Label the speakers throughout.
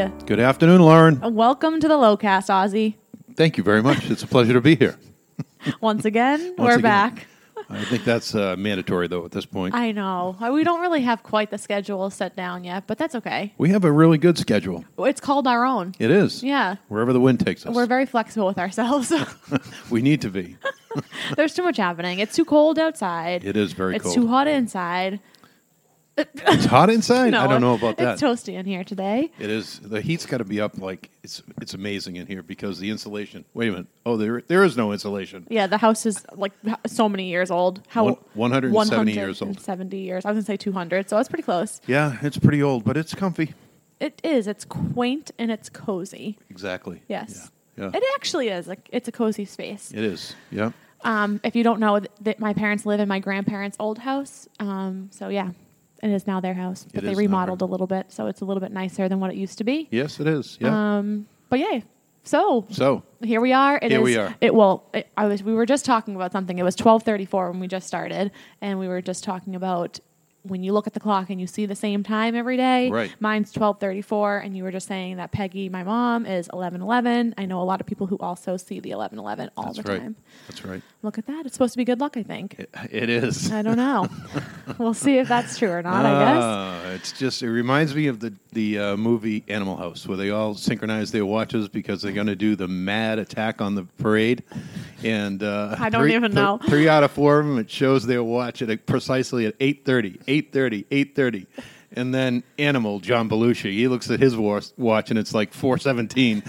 Speaker 1: afternoon, Lauren.
Speaker 2: Welcome to the Lowcast, Ozzy.
Speaker 1: Thank you very much. It's a pleasure to be here.
Speaker 2: Once again,
Speaker 1: Once
Speaker 2: we're
Speaker 1: again.
Speaker 2: back.
Speaker 1: I think that's uh, mandatory, though, at this point.
Speaker 2: I know. We don't really have quite the schedule set down yet, but that's okay.
Speaker 1: we have a really good schedule.
Speaker 2: It's called our own.
Speaker 1: It is.
Speaker 2: Yeah.
Speaker 1: Wherever the wind takes us.
Speaker 2: We're very flexible with ourselves.
Speaker 1: we need to be.
Speaker 2: There's too much happening. It's too cold outside.
Speaker 1: It is very
Speaker 2: it's
Speaker 1: cold.
Speaker 2: too hot inside.
Speaker 1: It's hot inside?
Speaker 2: No,
Speaker 1: I don't know about that.
Speaker 2: It's toasty in here today.
Speaker 1: it is. The heat's got to be up like it's it's amazing in here because the insulation. Wait a minute. Oh, there there is no insulation.
Speaker 2: Yeah, the house is like h- so many years old. How
Speaker 1: One- 170 years old.
Speaker 2: 170 years. I was gonna say 200, so it's pretty close.
Speaker 1: Yeah, it's pretty old, but it's comfy.
Speaker 2: It is. It's quaint and it's cozy.
Speaker 1: Exactly.
Speaker 2: Yes.
Speaker 1: Yeah. yeah.
Speaker 2: It actually is. Like, it's a cozy space.
Speaker 1: It is. Yeah.
Speaker 2: Um, if you don't know th- that my parents live in my grandparents' old house, um, so yeah, it is now their house, but
Speaker 1: It
Speaker 2: they
Speaker 1: is now
Speaker 2: remodeled a
Speaker 1: their-
Speaker 2: little bit, so it's a little bit nicer than what it used to be.
Speaker 1: Yes, it is. Yeah.
Speaker 2: Um, but yay! So
Speaker 1: so,
Speaker 2: here we are. It
Speaker 1: Here we
Speaker 2: is-
Speaker 1: are.
Speaker 2: It well, it, I was. We were just talking about something. It was twelve thirty-four when we just started, and we were just talking about when you look at the clock and you see the same time every day.
Speaker 1: Right.
Speaker 2: Mine's twelve thirty-four, and you were just saying that Peggy, my mom, is eleven eleven. I know a lot of people who also see the eleven eleven all
Speaker 1: that's
Speaker 2: the
Speaker 1: right.
Speaker 2: time.
Speaker 1: That's right.
Speaker 2: Look at that. It's supposed to be good luck, I think.
Speaker 1: It, it is.
Speaker 2: I don't know. we'll see if that's true or not, I guess.
Speaker 1: Ah, It's just it reminds me of the the uh, movie Animal House where they all synchronize their watches because they're going to do the mad attack on the parade, and uh,
Speaker 2: I don't
Speaker 1: three-
Speaker 2: even
Speaker 1: th-
Speaker 2: know.
Speaker 1: three out of four of them it shows their watch at a, precisely at 8.30, 8.30, 8.30. And then Animal John Belushi, he looks at his wa- watch and it's like four seventeen.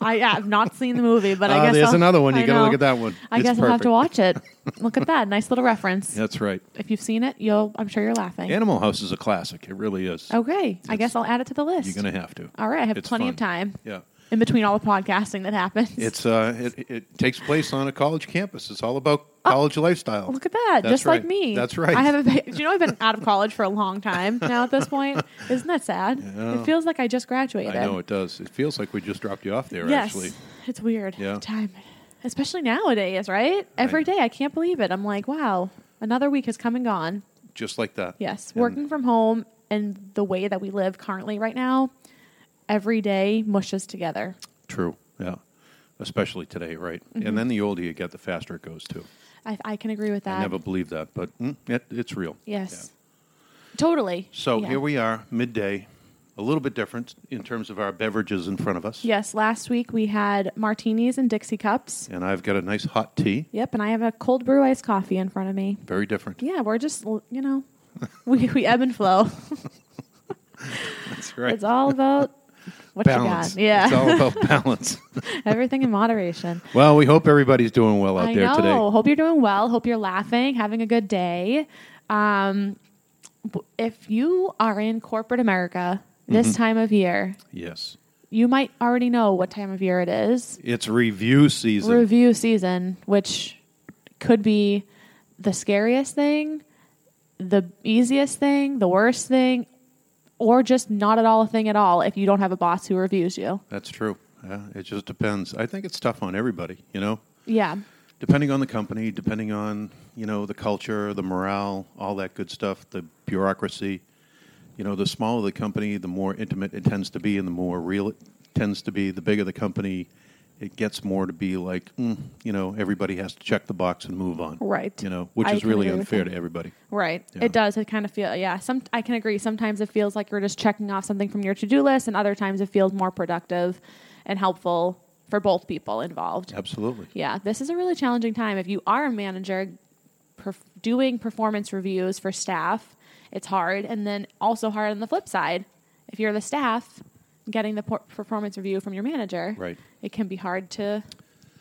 Speaker 2: I have not seen the movie, but I
Speaker 1: Ah,
Speaker 2: guess
Speaker 1: there's
Speaker 2: I'll-
Speaker 1: another one. You
Speaker 2: I
Speaker 1: gotta
Speaker 2: know.
Speaker 1: look at that one.
Speaker 2: I
Speaker 1: It's
Speaker 2: guess I'll have to
Speaker 1: perfect.
Speaker 2: watch it. Look at that. Nice little reference.
Speaker 1: That's right.
Speaker 2: If you've seen it, you'll I'm sure you're laughing.
Speaker 1: Animal House is a classic. It really is.
Speaker 2: okay. I guess I'll add it to the list.
Speaker 1: You're gonna have to.
Speaker 2: all right, I have
Speaker 1: It's
Speaker 2: plenty
Speaker 1: fun.
Speaker 2: of time
Speaker 1: Yeah.
Speaker 2: in between all the podcasting that happens.
Speaker 1: It's uh, it, it takes place on a college campus. It's all about college lifestyle.
Speaker 2: Oh, Look at that.
Speaker 1: That's
Speaker 2: just like
Speaker 1: right.
Speaker 2: me.
Speaker 1: That's right.
Speaker 2: I haven't been, do you know I've been out of college for a long time now at this point? Isn't that sad? It feels like I just graduated.
Speaker 1: I know it does. It feels like we just dropped you off there.
Speaker 2: Yes,
Speaker 1: Actually,
Speaker 2: it's weird.
Speaker 1: Yeah.
Speaker 2: Time, especially nowadays, right? Every day, I can't believe it. I'm like, wow, another week has come and gone.
Speaker 1: just like that.
Speaker 2: Yes,
Speaker 1: And
Speaker 2: working from home and the way that we live currently right now, every day mushes together.
Speaker 1: True. Yeah. Especially today, right?
Speaker 2: Mm-hmm.
Speaker 1: And then the older you get, the faster it goes too.
Speaker 2: I, I can agree with that.
Speaker 1: I never believed that, but mm, it, it's real.
Speaker 2: yes, totally.
Speaker 1: Yeah. So
Speaker 2: Yeah.
Speaker 1: here we are, midday. A little bit different in terms of our beverages in front of us.
Speaker 2: Yes, last week we had martinis and Dixie cups.
Speaker 1: And I've got a nice hot tea.
Speaker 2: Yep, and I have a cold brew iced coffee in front of me.
Speaker 1: Very different.
Speaker 2: Yeah, we're just you know, we we ebb and flow.
Speaker 1: That's right.
Speaker 2: It's all about what
Speaker 1: balance.
Speaker 2: you got. Yeah.
Speaker 1: It's all about balance.
Speaker 2: Everything in moderation.
Speaker 1: well, we hope everybody's doing well out
Speaker 2: I
Speaker 1: there
Speaker 2: know.
Speaker 1: today.
Speaker 2: Hope you're doing well. Hope you're laughing, having a good day. Um, w- if you are in corporate America this
Speaker 1: Mm-hmm.
Speaker 2: time of year,
Speaker 1: Yes.
Speaker 2: you might already know what time of year it is.
Speaker 1: It's review season.
Speaker 2: Review season, which could be the scariest thing, the easiest thing, the worst thing, or just not at all a thing at all if you don't have a boss who reviews you.
Speaker 1: That's true. Yeah, it just depends. I think it's tough on everybody, you know,
Speaker 2: Yeah.
Speaker 1: depending on the company, depending on, you know, the culture, the morale, all that good stuff, the bureaucracy. You know, the smaller the company, the more intimate it tends to be and the more real it tends to be. The bigger the company, it gets more to be like, mm, you know, everybody has to check the box and move on.
Speaker 2: Right.
Speaker 1: You know, which
Speaker 2: I
Speaker 1: is
Speaker 2: can
Speaker 1: really
Speaker 2: agree with
Speaker 1: unfair
Speaker 2: that.
Speaker 1: to everybody.
Speaker 2: Right.
Speaker 1: Yeah.
Speaker 2: It does. It kind of feel yeah. Some I can agree. Sometimes it feels like you're just checking off something from your to do list, and other times it feels more productive and helpful for both people involved.
Speaker 1: Absolutely.
Speaker 2: Yeah, this is a really challenging time. If you are a manager, perf- doing performance reviews for staff, it's hard, and then also hard on the flip side. If you're the staff, getting the por- performance review from your manager,
Speaker 1: Right.
Speaker 2: it can be hard to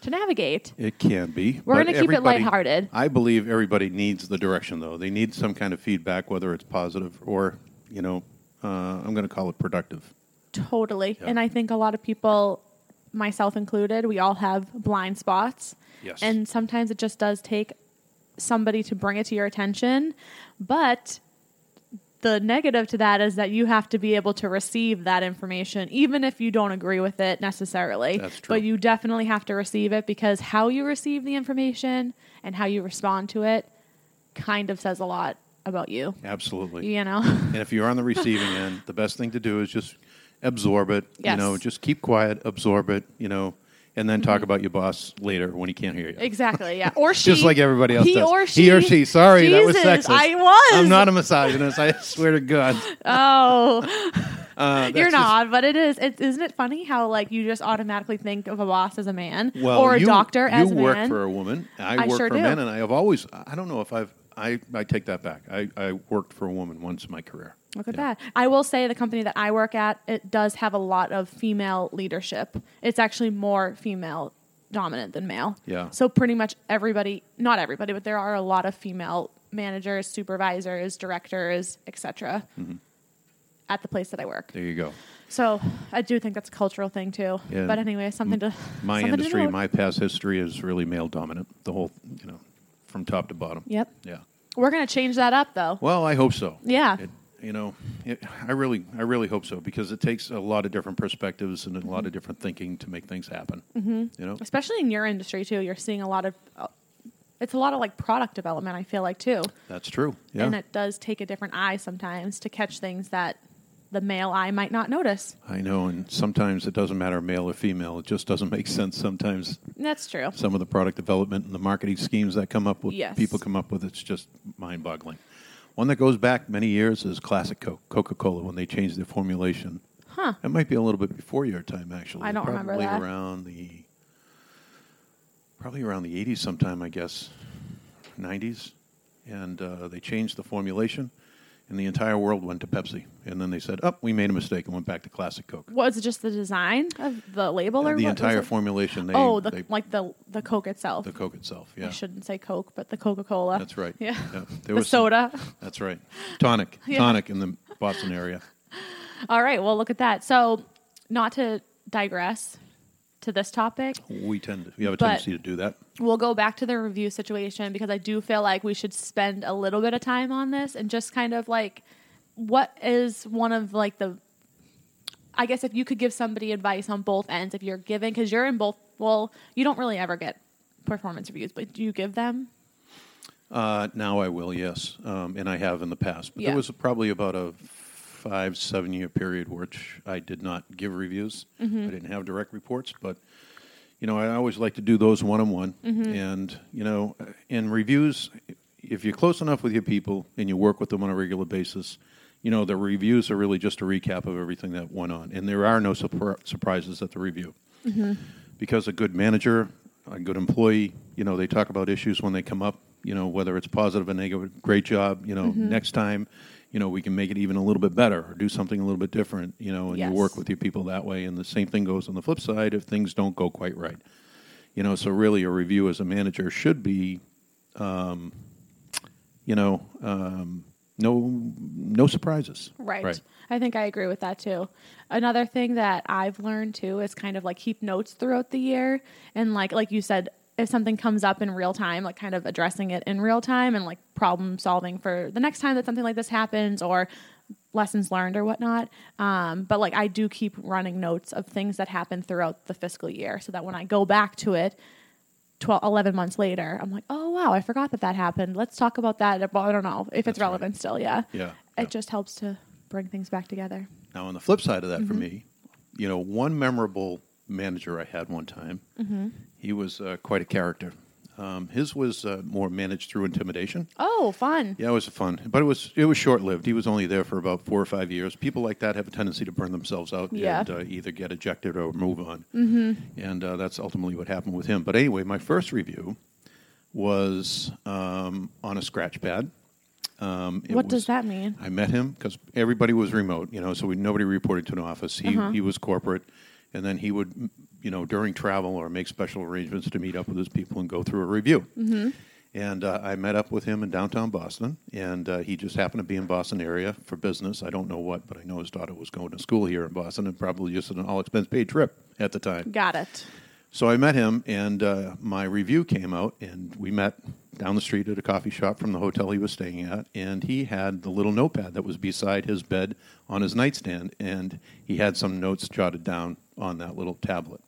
Speaker 2: to navigate.
Speaker 1: It can be.
Speaker 2: We're
Speaker 1: but
Speaker 2: gonna keep it
Speaker 1: everybody-
Speaker 2: lighthearted.
Speaker 1: I believe everybody needs the direction, though. They need some kind of feedback, whether it's positive or, you know, uh, I'm going to call it productive.
Speaker 2: Totally.
Speaker 1: Yeah.
Speaker 2: And I think a lot of people, myself included, we all have blind spots.
Speaker 1: Yes.
Speaker 2: And sometimes it just does take somebody to bring it to your attention. But the negative to that is that you have to be able to receive that information, even if you don't agree with it necessarily.
Speaker 1: That's true.
Speaker 2: But you definitely have to receive it because how you receive the information and how you respond to it kind of says a lot about you.
Speaker 1: Absolutely.
Speaker 2: You know?
Speaker 1: And if you're on the receiving end, the best thing to do is just absorb it.
Speaker 2: Yes.
Speaker 1: You know, just keep quiet, absorb it. You know, and then
Speaker 2: Mm-hmm.
Speaker 1: talk about your boss later when he can't hear you.
Speaker 2: Exactly. Yeah. Or she.
Speaker 1: Just like everybody else
Speaker 2: he
Speaker 1: does.
Speaker 2: Or she,
Speaker 1: He or she. Sorry, that was
Speaker 2: Jesus,
Speaker 1: sexist.
Speaker 2: I was.
Speaker 1: I'm not a misogynist. I swear to God.
Speaker 2: Oh,
Speaker 1: Uh, that's
Speaker 2: you're
Speaker 1: just-
Speaker 2: not. but it is. It, isn't it funny how like you just automatically think of a boss as a man
Speaker 1: well,
Speaker 2: or a
Speaker 1: you,
Speaker 2: doctor
Speaker 1: you
Speaker 2: as a
Speaker 1: work
Speaker 2: man?
Speaker 1: for a woman. I,
Speaker 2: I
Speaker 1: work
Speaker 2: sure
Speaker 1: for
Speaker 2: do.
Speaker 1: men, and I have always. I don't know if I've. I, I take that back. I, I worked for a woman once in my career.
Speaker 2: Look at
Speaker 1: Yeah.
Speaker 2: that. I will say the company that I work at it does have a lot of female leadership. It's actually more female dominant than male.
Speaker 1: Yeah.
Speaker 2: So pretty much everybody, not everybody, but there are a lot of female managers, supervisors, directors, etc.
Speaker 1: Mm-hmm.
Speaker 2: at the place that I work.
Speaker 1: There you go.
Speaker 2: So I do think that's a cultural thing too.
Speaker 1: Yeah.
Speaker 2: But anyway, something to
Speaker 1: My
Speaker 2: something
Speaker 1: industry,
Speaker 2: to note.
Speaker 1: my past history is really male dominant. The whole, you know, from top to bottom.
Speaker 2: Yep.
Speaker 1: Yeah.
Speaker 2: We're gonna change that up though.
Speaker 1: Well, I hope so.
Speaker 2: Yeah.
Speaker 1: It, you know, it, I really, I really hope so because it takes a lot of different perspectives and a lot
Speaker 2: Mm-hmm.
Speaker 1: of different thinking to make things happen. Mm-hmm. You know,
Speaker 2: Especially in your industry too, you're seeing a lot of. uh, It's a lot of like product development. I feel like too.
Speaker 1: that's true. Yeah.
Speaker 2: and it does take a different eye sometimes to catch things that the male eye might not notice.
Speaker 1: I know, and sometimes it doesn't matter male or female. It just doesn't make sense sometimes.
Speaker 2: And that's true.
Speaker 1: Some of the product development and the marketing schemes that come up with
Speaker 2: Yes.
Speaker 1: people come up with it's just mind-boggling. One that goes back many years is classic Coke, Coca-Cola when they changed their formulation.
Speaker 2: Huh.
Speaker 1: It might be a little bit before your time actually.
Speaker 2: I don't
Speaker 1: probably
Speaker 2: remember that.
Speaker 1: around the probably around the 80s sometime, I guess. 90s and uh, they changed the formulation and the entire world went to Pepsi and then they said, "Oh, we made a mistake and went back to classic Coke."
Speaker 2: Was it just the design of the label or
Speaker 1: the
Speaker 2: what
Speaker 1: entire
Speaker 2: was it?
Speaker 1: formulation. They,
Speaker 2: Oh, the,
Speaker 1: they-
Speaker 2: like the the Coke itself.
Speaker 1: the Coke itself.
Speaker 2: I
Speaker 1: Yeah,
Speaker 2: shouldn't say Coke, but the Coca Cola.
Speaker 1: that's right.
Speaker 2: Yeah.
Speaker 1: there
Speaker 2: the
Speaker 1: was some-
Speaker 2: soda.
Speaker 1: that's right. Tonic,
Speaker 2: Yeah.
Speaker 1: tonic in the Boston area.
Speaker 2: All right. Well, look at that. So, not to digress to this topic,
Speaker 1: We tend to we have a
Speaker 2: But-
Speaker 1: tendency to do that.
Speaker 2: we'll go back to the review situation because I do feel like we should spend a little bit of time on this and just kind of like what is one of like the I guess if you could give somebody advice on both ends if you're giving cuz you're in both well you don't really ever get performance reviews but do you give them
Speaker 1: Uh, now I will, yes, um, and I have in the past. But
Speaker 2: Yeah.
Speaker 1: there was probably about a five, seven year period which I did not give reviews.
Speaker 2: Mm-hmm.
Speaker 1: I didn't have direct reports, but you know I always like to do those one on one.
Speaker 2: Mm-hmm.
Speaker 1: And you know, in reviews, if you're close enough with your people and you work with them on a regular basis. You know, the reviews are really just a recap of everything that went on, and there are no surpri- surprises at the review
Speaker 2: Mm-hmm.
Speaker 1: because a good manager, a good employee, you know, they talk about issues when they come up, you know, whether it's positive or negative, great job, you know,
Speaker 2: Mm-hmm.
Speaker 1: next time, you know, we can make it even a little bit better or do something a little bit different, you know, and
Speaker 2: Yes.
Speaker 1: you work with your people that way. And the same thing goes on the flip side if things don't go quite right. You know, so really a review as a manager should be, um, you know, um, no, no surprises.
Speaker 2: Right. I think I agree with that too. Another thing that I've learned too is kind of like keep notes throughout the year and like like you said if something comes up in real time like kind of addressing it in real time and like problem solving for the next time that something like this happens or lessons learned or whatnot um, but like i do keep running notes of things that happen throughout the fiscal year so that when i go back to it 12, 11 months later i'm like oh wow i forgot that that happened let's talk about that Well, i don't know if it's
Speaker 1: That's right.
Speaker 2: relevant still yeah
Speaker 1: Yeah.
Speaker 2: it
Speaker 1: yeah.
Speaker 2: just helps to bring things back together.
Speaker 1: Now, on the flip side of that,
Speaker 2: Mm-hmm.
Speaker 1: for me, you know, one memorable manager I had one time, he was uh, quite a character. Um, his was uh, more managed through intimidation.
Speaker 2: Oh, fun.
Speaker 1: Yeah, it was fun, but it was it was short lived. He was only there for about four or five years. People like that have a tendency to burn themselves out
Speaker 2: Yeah.
Speaker 1: and uh, either get ejected or move on, mm-hmm. and uh, that's ultimately what happened with him. But anyway, my first review was um, on a scratch pad. Um, it
Speaker 2: what
Speaker 1: was-
Speaker 2: does that mean?
Speaker 1: I met him because everybody was remote, you know, so we, nobody reported to an office. He,
Speaker 2: Uh-huh.
Speaker 1: he was corporate, and then he would, m- you know, during travel or make special arrangements to meet up with his people and go through a review. Mm-hmm. And uh, I met up with him in downtown Boston, and uh, he just happened to be in Boston area for business. I don't know what, but I know his daughter was going to school here in Boston, and probably just an all expense paid trip at the time.
Speaker 2: Got it.
Speaker 1: So I met him, and uh, my review came out, and we met down the street at a coffee shop from the hotel he was staying at. And he had the little notepad that was beside his bed on his nightstand, and he had some notes jotted down on that little tablet.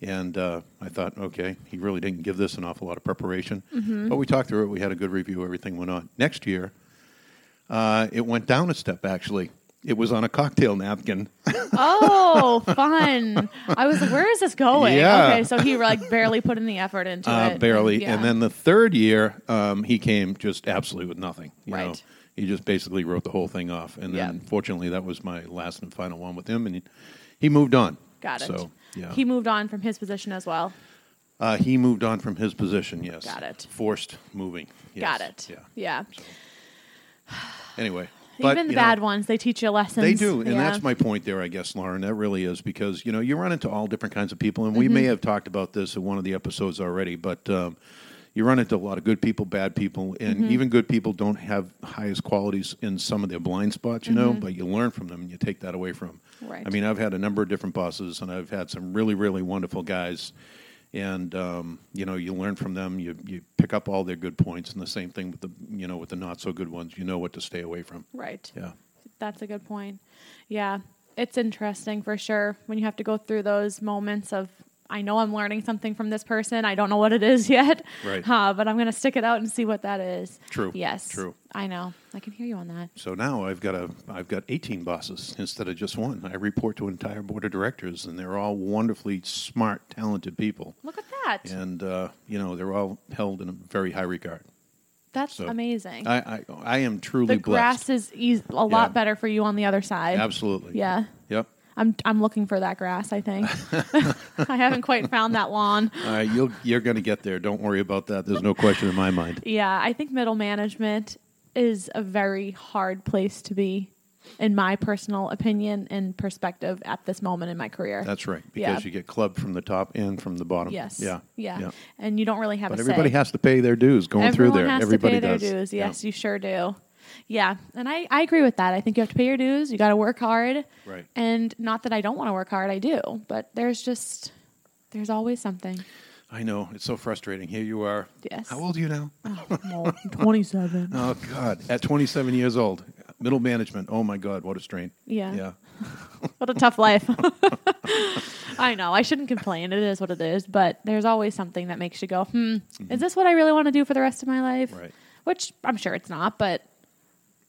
Speaker 1: And uh, I thought, okay, he really didn't give this an awful lot of preparation. But we talked through it. We had a good review. Everything went on. Next year, uh, it went down a step, actually. It was on a cocktail napkin.
Speaker 2: Oh, fun. I was like, where is this going?
Speaker 1: Yeah.
Speaker 2: Okay, so he like barely put in the effort into
Speaker 1: uh,
Speaker 2: it.
Speaker 1: barely.
Speaker 2: Yeah.
Speaker 1: And then the third year, um, he came just absolutely with nothing. You Know?
Speaker 2: Right.
Speaker 1: He just basically wrote the whole thing off. And then,
Speaker 2: Yep.
Speaker 1: fortunately, that was my last and final one with him. And he, he moved on.
Speaker 2: got it.
Speaker 1: So, yeah.
Speaker 2: He moved on from his position as well.
Speaker 1: uh, he moved on from his position, yes.
Speaker 2: Got it.
Speaker 1: Forced moving. Yes.
Speaker 2: Got it.
Speaker 1: Yeah.
Speaker 2: Yeah.
Speaker 1: Anyway. But,
Speaker 2: Even the
Speaker 1: you know,
Speaker 2: bad ones, they teach you lessons.
Speaker 1: They do, and
Speaker 2: Yeah.
Speaker 1: that's my point there, I guess, Lauren. That really is because you know you run into all different kinds of people, and we
Speaker 2: Mm-hmm.
Speaker 1: may have talked about this in one of the episodes already, but um, you run into a lot of good people, bad people, and
Speaker 2: Mm-hmm.
Speaker 1: even good people don't have highest qualities in some of their blind spots, you know. But you learn from them, and you take that away from. 'em.
Speaker 2: Mm-hmm. Right.
Speaker 1: I mean, I've had a number of different bosses, and I've had some really, really wonderful guys. And um, you know, you learn from them. You you pick up all their good points, and the same thing with the you know with the not so good ones. You know what to stay away from.
Speaker 2: Right.
Speaker 1: Yeah.
Speaker 2: That's a good point. Yeah. It's interesting for sure when you have to go through those moments of, I know I'm learning something from this person. I don't know what it is yet.
Speaker 1: Right.
Speaker 2: Uh, but I'm going to stick it out and see what that is.
Speaker 1: True.
Speaker 2: Yes.
Speaker 1: True.
Speaker 2: I know. I can hear you on that.
Speaker 1: So now I've got a I've got 18 bosses instead of just one. I report to an entire board of directors, and they're all wonderfully smart, talented people,
Speaker 2: Look at that.
Speaker 1: and uh, you know they're all held in a very high regard.
Speaker 2: That's
Speaker 1: So,
Speaker 2: amazing.
Speaker 1: I I, I am truly
Speaker 2: the
Speaker 1: blessed.
Speaker 2: grass is eas a lot
Speaker 1: Yeah.
Speaker 2: better for you on the other side.
Speaker 1: Absolutely.
Speaker 2: Yeah.
Speaker 1: Yep.
Speaker 2: I'm, I'm looking for that grass, I think. I haven't quite found that lawn.
Speaker 1: All right, you'll you're going to get there. Don't worry about that. There's no question in my mind.
Speaker 2: Yeah, I think middle management is a very hard place to be, in my personal opinion and perspective at this moment in my career.
Speaker 1: That's right.
Speaker 2: Yeah.
Speaker 1: Because you get clubbed from the top and from the bottom.
Speaker 2: yes.
Speaker 1: Yeah.
Speaker 2: yeah. And you don't really have
Speaker 1: But
Speaker 2: a
Speaker 1: everybody
Speaker 2: say.
Speaker 1: has to pay their dues going
Speaker 2: Everyone
Speaker 1: through there.
Speaker 2: has
Speaker 1: everybody
Speaker 2: to pay
Speaker 1: does.
Speaker 2: their dues.
Speaker 1: Yeah.
Speaker 2: Yes, you sure do. Yeah, and I, I agree with that. I think you have to pay your dues. You got to work hard.
Speaker 1: Right.
Speaker 2: And not that I don't want to work hard, I do. But there's just there's always something.
Speaker 1: I know. It's so frustrating. Here you are.
Speaker 2: Yes.
Speaker 1: How old are you now?
Speaker 2: Well, I'm 27.
Speaker 1: Oh God! At 27 years old, middle management. Oh my God! What a strain.
Speaker 2: Yeah.
Speaker 1: Yeah.
Speaker 2: What a tough life. I know. I shouldn't complain. It is what it is. But there's always something that makes you go, hmm, is this what I really want to do for the rest of my life?
Speaker 1: Mm-hmm. Right.
Speaker 2: Which I'm sure it's not, but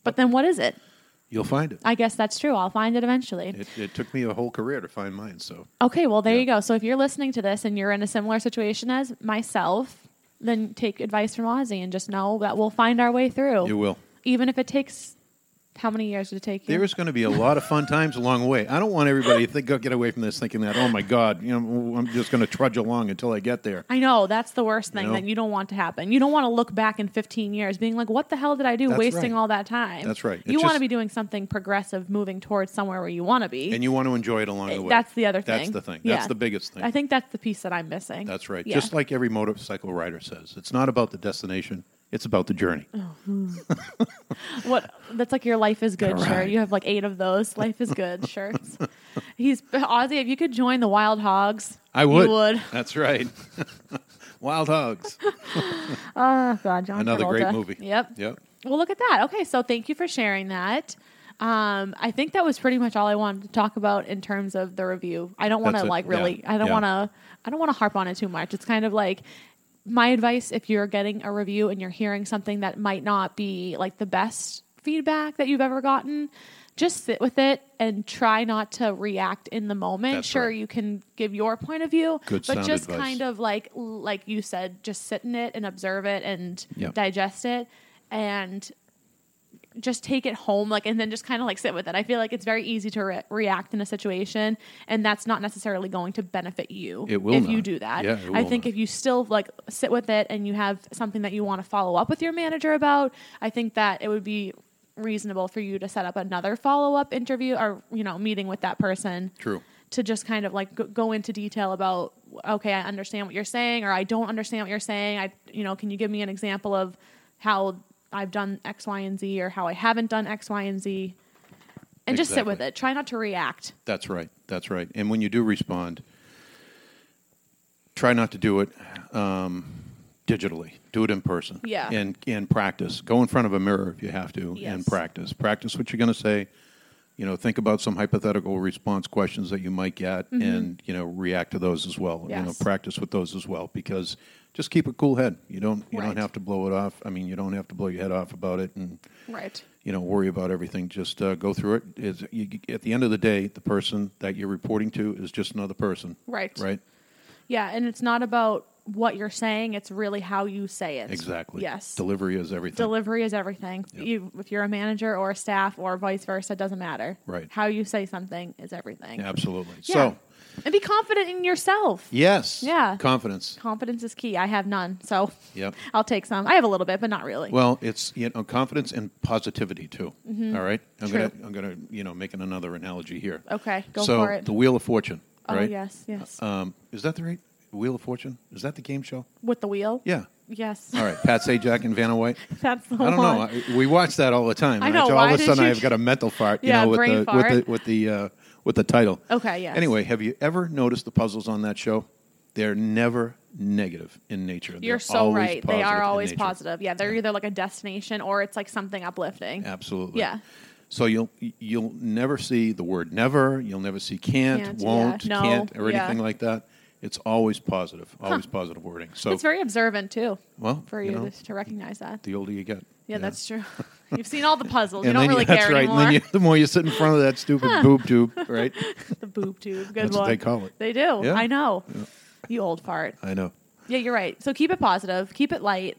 Speaker 2: but then what is it?
Speaker 1: You'll find it.
Speaker 2: I guess that's true. I'll find it eventually.
Speaker 1: it. It took me a whole career to find mine. So
Speaker 2: okay, well there
Speaker 1: Yeah.
Speaker 2: you go. So if you're listening to this and you're in a similar situation as myself, then take advice from Ozzy and just know that we'll find our way through.
Speaker 1: you will.
Speaker 2: Even if it takes how many years did it take you?
Speaker 1: There is going to be a lot of fun times along the way. I don't want everybody to think, go get away from this thinking that, oh my God, you know, I'm just going to trudge along until I get there.
Speaker 2: I know that's the worst thing
Speaker 1: know?
Speaker 2: that you don't want to happen. You don't want to look back in 15 years being like, "What the hell did I do,
Speaker 1: That's
Speaker 2: wasting
Speaker 1: right.
Speaker 2: all that time?"
Speaker 1: That's right. It's
Speaker 2: You want to
Speaker 1: just-
Speaker 2: be doing something progressive, moving towards somewhere where you want to be.
Speaker 1: And you want to enjoy it along the way.
Speaker 2: that's the other thing.
Speaker 1: That's the thing.
Speaker 2: Yeah.
Speaker 1: That's the biggest thing.
Speaker 2: I think that's the piece that I'm missing.
Speaker 1: that's right.
Speaker 2: Yeah.
Speaker 1: Just like every motorcycle rider says, it's not about the destination, it's about the journey.
Speaker 2: Oh. what that's like your life is good
Speaker 1: All
Speaker 2: shirt.
Speaker 1: right.
Speaker 2: You have like eight of those life is good shirts. He's Ozzy. If you could join the Wild Hogs,
Speaker 1: I would.
Speaker 2: You would.
Speaker 1: That's right. Wild Hogs.
Speaker 2: Oh God, John.
Speaker 1: Another
Speaker 2: Travolta.
Speaker 1: great movie.
Speaker 2: Yep.
Speaker 1: Yep.
Speaker 2: Well, look at that. Okay, so thank you for sharing that. Um, I think that was pretty much all I wanted to talk about in terms of the review. I don't want to
Speaker 1: That's it.
Speaker 2: like really.
Speaker 1: Yeah.
Speaker 2: I don't
Speaker 1: Yeah.
Speaker 2: want to. I don't want to harp on it too much. It's kind of like my advice if you're getting a review and you're hearing something that might not be like the best feedback that you've ever gotten. Just sit with it and try not to react in the moment.
Speaker 1: That's
Speaker 2: sure,
Speaker 1: right.
Speaker 2: you can give your point of view,
Speaker 1: Good
Speaker 2: but
Speaker 1: sound
Speaker 2: just
Speaker 1: advice.
Speaker 2: kind of like like you said, just sit in it and observe it and
Speaker 1: Yep.
Speaker 2: digest it and just take it home like and then just kind of like sit with it i feel like it's very easy to re- react in a situation and that's not necessarily going to benefit you
Speaker 1: It will
Speaker 2: if you
Speaker 1: not.
Speaker 2: do that
Speaker 1: Yeah, it
Speaker 2: i
Speaker 1: will
Speaker 2: think
Speaker 1: not.
Speaker 2: if you still like sit with it and you have something that you want to follow up with your manager about i think that it would be reasonable for you to set up another follow-up interview or you know meeting with that person
Speaker 1: True.
Speaker 2: to just kind of like go, go into detail about okay i understand what you're saying or i don't understand what you're saying i you know can you give me an example of how i've done x y and z or how i haven't done x y and z and just sit
Speaker 1: Exactly.
Speaker 2: with it try not to react
Speaker 1: That's right. That's right. And when you do respond, try not to do it um, digitally. Do it in person.
Speaker 2: Yeah.
Speaker 1: And and practice. Go in front of a mirror if you have to,
Speaker 2: Yes.
Speaker 1: and practice. Practice what you're going to say. You know, think about some hypothetical response questions that you might get, and you know, react to those as well. You know,
Speaker 2: Mm-hmm. Yes.
Speaker 1: practice with those as well because just keep a cool head. You don't you
Speaker 2: Right.
Speaker 1: don't have to blow it off. I mean, you don't have to blow your head off about it, and
Speaker 2: right
Speaker 1: you know, worry about everything. Just uh, go through it. Is you, at the end of the day, the person that you're reporting to is just another person,
Speaker 2: Right.
Speaker 1: right?
Speaker 2: Yeah, and it's not about what you're saying, it's really how you say it.
Speaker 1: Exactly.
Speaker 2: Yes.
Speaker 1: Delivery is everything.
Speaker 2: Delivery is everything.
Speaker 1: Yep.
Speaker 2: You, if you're a manager or a staff or vice versa, it doesn't matter.
Speaker 1: Right.
Speaker 2: How you say something is everything.
Speaker 1: Absolutely.
Speaker 2: Yeah.
Speaker 1: So,
Speaker 2: And be confident in yourself.
Speaker 1: yes.
Speaker 2: Yeah.
Speaker 1: Confidence.
Speaker 2: Confidence is key. I have none, so
Speaker 1: Yep.
Speaker 2: I'll take some. I have a little bit, but not really.
Speaker 1: Well, it's you know confidence and positivity too. All right,
Speaker 2: Mm-hmm.
Speaker 1: I'm
Speaker 2: True.
Speaker 1: gonna I'm gonna you know making another analogy here.
Speaker 2: okay, go
Speaker 1: so
Speaker 2: for it.
Speaker 1: the Wheel of Fortune,
Speaker 2: oh
Speaker 1: right?
Speaker 2: yes, yes.
Speaker 1: Um, is that the right Wheel of Fortune? Is that the game show?
Speaker 2: With the wheel.
Speaker 1: Yeah.
Speaker 2: Yes.
Speaker 1: All right, Pat Sajak and Vanna White.
Speaker 2: That's the
Speaker 1: I don't
Speaker 2: one.
Speaker 1: know. I, we watch that all the time.
Speaker 2: I
Speaker 1: and
Speaker 2: know.
Speaker 1: All
Speaker 2: Why
Speaker 1: of a
Speaker 2: did
Speaker 1: sudden,
Speaker 2: you-
Speaker 1: I've got a mental fart. You
Speaker 2: Yeah,
Speaker 1: know, with
Speaker 2: brain
Speaker 1: the
Speaker 2: fart.
Speaker 1: with the with the uh, with the title.
Speaker 2: Okay, yes.
Speaker 1: Anyway, have you ever noticed the puzzles on that show? They're never negative in nature.
Speaker 2: You're
Speaker 1: They're
Speaker 2: so
Speaker 1: always
Speaker 2: right. They
Speaker 1: positive
Speaker 2: are
Speaker 1: in
Speaker 2: always
Speaker 1: nature.
Speaker 2: positive. Yeah, they're either like a destination or it's like something uplifting.
Speaker 1: Absolutely.
Speaker 2: Yeah.
Speaker 1: So you'll you'll never see the word never. You'll never see can't,
Speaker 2: Can't,
Speaker 1: won't,
Speaker 2: yeah, no,
Speaker 1: can't, or
Speaker 2: yeah.
Speaker 1: anything like that. It's always positive. Always positive wording. So
Speaker 2: it's very observant too.
Speaker 1: well
Speaker 2: for
Speaker 1: you
Speaker 2: you,
Speaker 1: know,
Speaker 2: to recognize that.
Speaker 1: the older you get.
Speaker 2: Yeah, that's true. You've seen all the puzzles. you
Speaker 1: And
Speaker 2: don't
Speaker 1: then
Speaker 2: really
Speaker 1: that's
Speaker 2: care
Speaker 1: right.
Speaker 2: anymore.
Speaker 1: And then you, the more you sit in front of that stupid boob tube, right?
Speaker 2: the boob tube. Good
Speaker 1: That's
Speaker 2: one.
Speaker 1: what they call it.
Speaker 2: They do.
Speaker 1: Yeah.
Speaker 2: I know. You old fart.
Speaker 1: I know.
Speaker 2: Yeah, you're right. So keep it positive. Keep it light.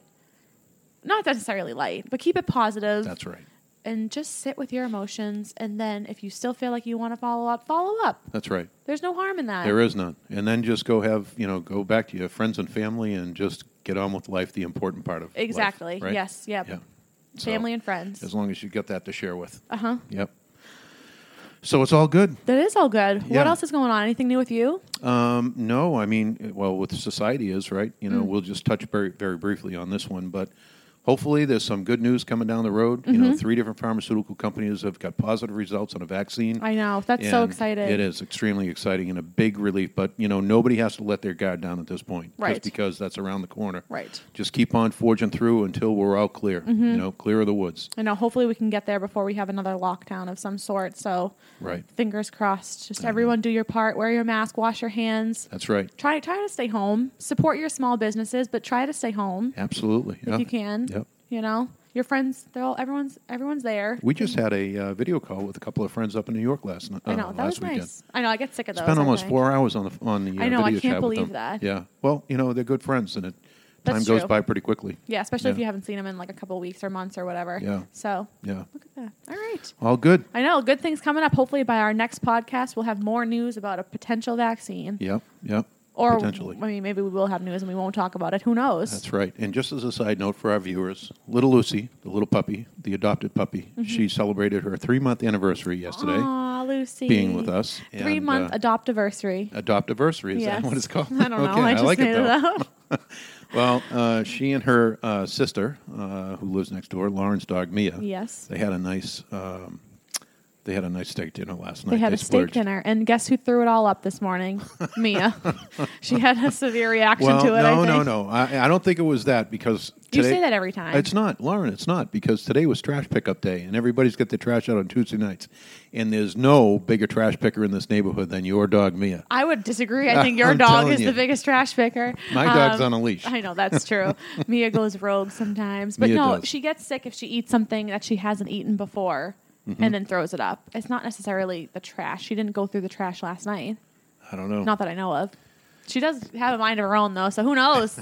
Speaker 2: Not necessarily light, but keep it positive.
Speaker 1: That's right.
Speaker 2: And just sit with your emotions. And then if you still feel like you want to follow up, follow up.
Speaker 1: That's right.
Speaker 2: There's no harm in that.
Speaker 1: There is none. And then just go have you know go back to your friends and family and just get on with life. The important part of life,
Speaker 2: Exactly.
Speaker 1: right?
Speaker 2: Yes. Yep.
Speaker 1: Yeah. So,
Speaker 2: Family and friends.
Speaker 1: As long as you got that to share with.
Speaker 2: Uh huh.
Speaker 1: Yep. So it's all good.
Speaker 2: That is all good.
Speaker 1: Yeah.
Speaker 2: What else is going on? Anything new with you?
Speaker 1: Um, no, I mean, well, with society is right. You know,
Speaker 2: Mm.
Speaker 1: we'll just touch very, very briefly on this one, but hopefully there's some good news coming down the road. You
Speaker 2: Mm-hmm.
Speaker 1: know, three different pharmaceutical companies have got positive results on a vaccine.
Speaker 2: I know. That's so
Speaker 1: and
Speaker 2: exciting.
Speaker 1: It is extremely exciting and a big relief. But you know, nobody has to let their guard down at this point,
Speaker 2: Right.
Speaker 1: Just because that's around the corner.
Speaker 2: Right.
Speaker 1: Just keep on forging through until we're all clear.
Speaker 2: Mm-hmm.
Speaker 1: You know, clear of the woods.
Speaker 2: I know. Hopefully, we can get there before we have another lockdown of some sort. So,
Speaker 1: Right.
Speaker 2: fingers crossed.
Speaker 1: Mm-hmm.
Speaker 2: Just everyone do your part. Wear your mask. Wash your hands.
Speaker 1: That's right.
Speaker 2: Try try to stay home. Support your small businesses, but try to stay home
Speaker 1: Absolutely. yeah.
Speaker 2: if you can.
Speaker 1: Yep.
Speaker 2: You know, your friends. They're all everyone's everyone's there.
Speaker 1: We just had a uh, video call with a couple of friends up in New York last night.
Speaker 2: I know
Speaker 1: uh,
Speaker 2: that
Speaker 1: last
Speaker 2: was
Speaker 1: weekend.
Speaker 2: nice. I know. I get sick of those.
Speaker 1: Spent
Speaker 2: I
Speaker 1: almost
Speaker 2: think.
Speaker 1: four hours on the on the. Uh,
Speaker 2: I know, I
Speaker 1: video
Speaker 2: can't
Speaker 1: chat with
Speaker 2: believe
Speaker 1: them.
Speaker 2: that.
Speaker 1: Yeah. Well, you know they're good friends, and it time
Speaker 2: That's
Speaker 1: goes
Speaker 2: true.
Speaker 1: by pretty quickly.
Speaker 2: Yeah, especially if
Speaker 1: Yeah.
Speaker 2: you haven't seen them in like a couple weeks or months or whatever.
Speaker 1: Yeah.
Speaker 2: So
Speaker 1: Yeah.
Speaker 2: look at that. All right.
Speaker 1: All good.
Speaker 2: I know. Good things coming up. Hopefully, by our next podcast, we'll have more news about a potential vaccine.
Speaker 1: Yep. Yep.
Speaker 2: Or
Speaker 1: potentially.
Speaker 2: I mean, maybe we will have news and we won't talk about it. Who knows?
Speaker 1: That's right. And just as a side note for our viewers, little Lucy, the little puppy, the adopted puppy, she celebrated her three month anniversary yesterday,
Speaker 2: Mm-hmm. Aw, Lucy,
Speaker 1: being with us.
Speaker 2: Three
Speaker 1: and,
Speaker 2: month
Speaker 1: uh,
Speaker 2: adoptiversary.
Speaker 1: adoptiversary. Is
Speaker 2: Yes.
Speaker 1: that what it's called?
Speaker 2: I don't know.
Speaker 1: okay,
Speaker 2: I just
Speaker 1: like
Speaker 2: made
Speaker 1: it
Speaker 2: it,
Speaker 1: though.
Speaker 2: up.
Speaker 1: Well, uh, she and her uh, sister, uh, who lives next door, Lauren's dog Mia.
Speaker 2: Yes.
Speaker 1: They had a nice. Um, they had a nice steak dinner last night.
Speaker 2: They had a steak
Speaker 1: splurged.
Speaker 2: dinner, and guess who threw it all up this morning? Mia. she had a severe reaction
Speaker 1: Well,
Speaker 2: to it.
Speaker 1: no,
Speaker 2: I
Speaker 1: no,
Speaker 2: think.
Speaker 1: no. I, I don't think it was that because
Speaker 2: You
Speaker 1: today,
Speaker 2: say that every time.
Speaker 1: It's not, Lauren. It's not because today was trash pickup day, and everybody's got their trash out on Tuesday nights. And there's no bigger trash picker in this neighborhood than your dog Mia.
Speaker 2: I would disagree. I think your
Speaker 1: I'm
Speaker 2: dog
Speaker 1: telling
Speaker 2: is
Speaker 1: you.
Speaker 2: the biggest trash picker.
Speaker 1: My dog's on a leash.
Speaker 2: Um, I know that's true. Mia goes rogue sometimes, but
Speaker 1: Mia
Speaker 2: no,
Speaker 1: does.
Speaker 2: she gets sick if she eats something that she hasn't eaten before
Speaker 1: Mm-hmm.
Speaker 2: and then throws it up. It's not necessarily the trash. She didn't go through the trash last night,
Speaker 1: I don't know.
Speaker 2: not that I know of. She does have a mind of her own though, so who knows?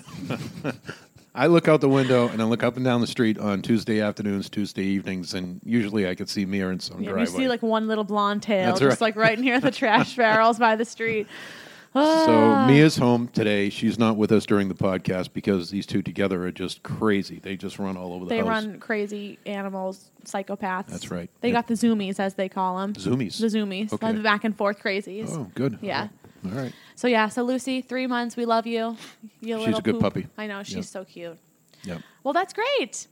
Speaker 1: I look out the window and I look up and down the street on Tuesday afternoons, Tuesday evenings, and usually I could see Mia in some
Speaker 2: Yeah,
Speaker 1: driveway.
Speaker 2: you see like one little blonde tail,
Speaker 1: That's
Speaker 2: just
Speaker 1: right.
Speaker 2: like right near the trash barrels by the street.
Speaker 1: so
Speaker 2: Ah.
Speaker 1: Mia's home today. She's not with us during the podcast because these two together are just crazy. They just run all over the
Speaker 2: They
Speaker 1: house.
Speaker 2: run crazy animals, psychopaths.
Speaker 1: That's right.
Speaker 2: They
Speaker 1: Yeah.
Speaker 2: got the zoomies, as they call them.
Speaker 1: Zoomies?
Speaker 2: The zoomies.
Speaker 1: Okay.
Speaker 2: The back and forth crazies.
Speaker 1: Oh, good.
Speaker 2: Yeah.
Speaker 1: All right.
Speaker 2: So yeah. So Lucy, three months. We love you. you
Speaker 1: She's
Speaker 2: little
Speaker 1: a good
Speaker 2: poop.
Speaker 1: puppy.
Speaker 2: I know she's
Speaker 1: Yeah.
Speaker 2: so cute.
Speaker 1: Yeah.
Speaker 2: Well, that's great.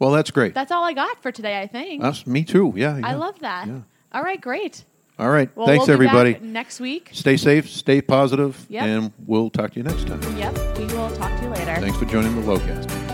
Speaker 1: Well, that's great.
Speaker 2: That's all I got for today. I think.
Speaker 1: Us, me too. Yeah,
Speaker 2: I
Speaker 1: yeah.
Speaker 2: love that.
Speaker 1: Yeah.
Speaker 2: All right, great.
Speaker 1: All right.
Speaker 2: Well, we'll
Speaker 1: Thanks,
Speaker 2: be
Speaker 1: everybody.
Speaker 2: back next week.
Speaker 1: Stay safe, stay positive,
Speaker 2: Yep.
Speaker 1: and we'll talk to you next time.
Speaker 2: Yep. We will talk to you later.
Speaker 1: Thanks for joining the Lowcast.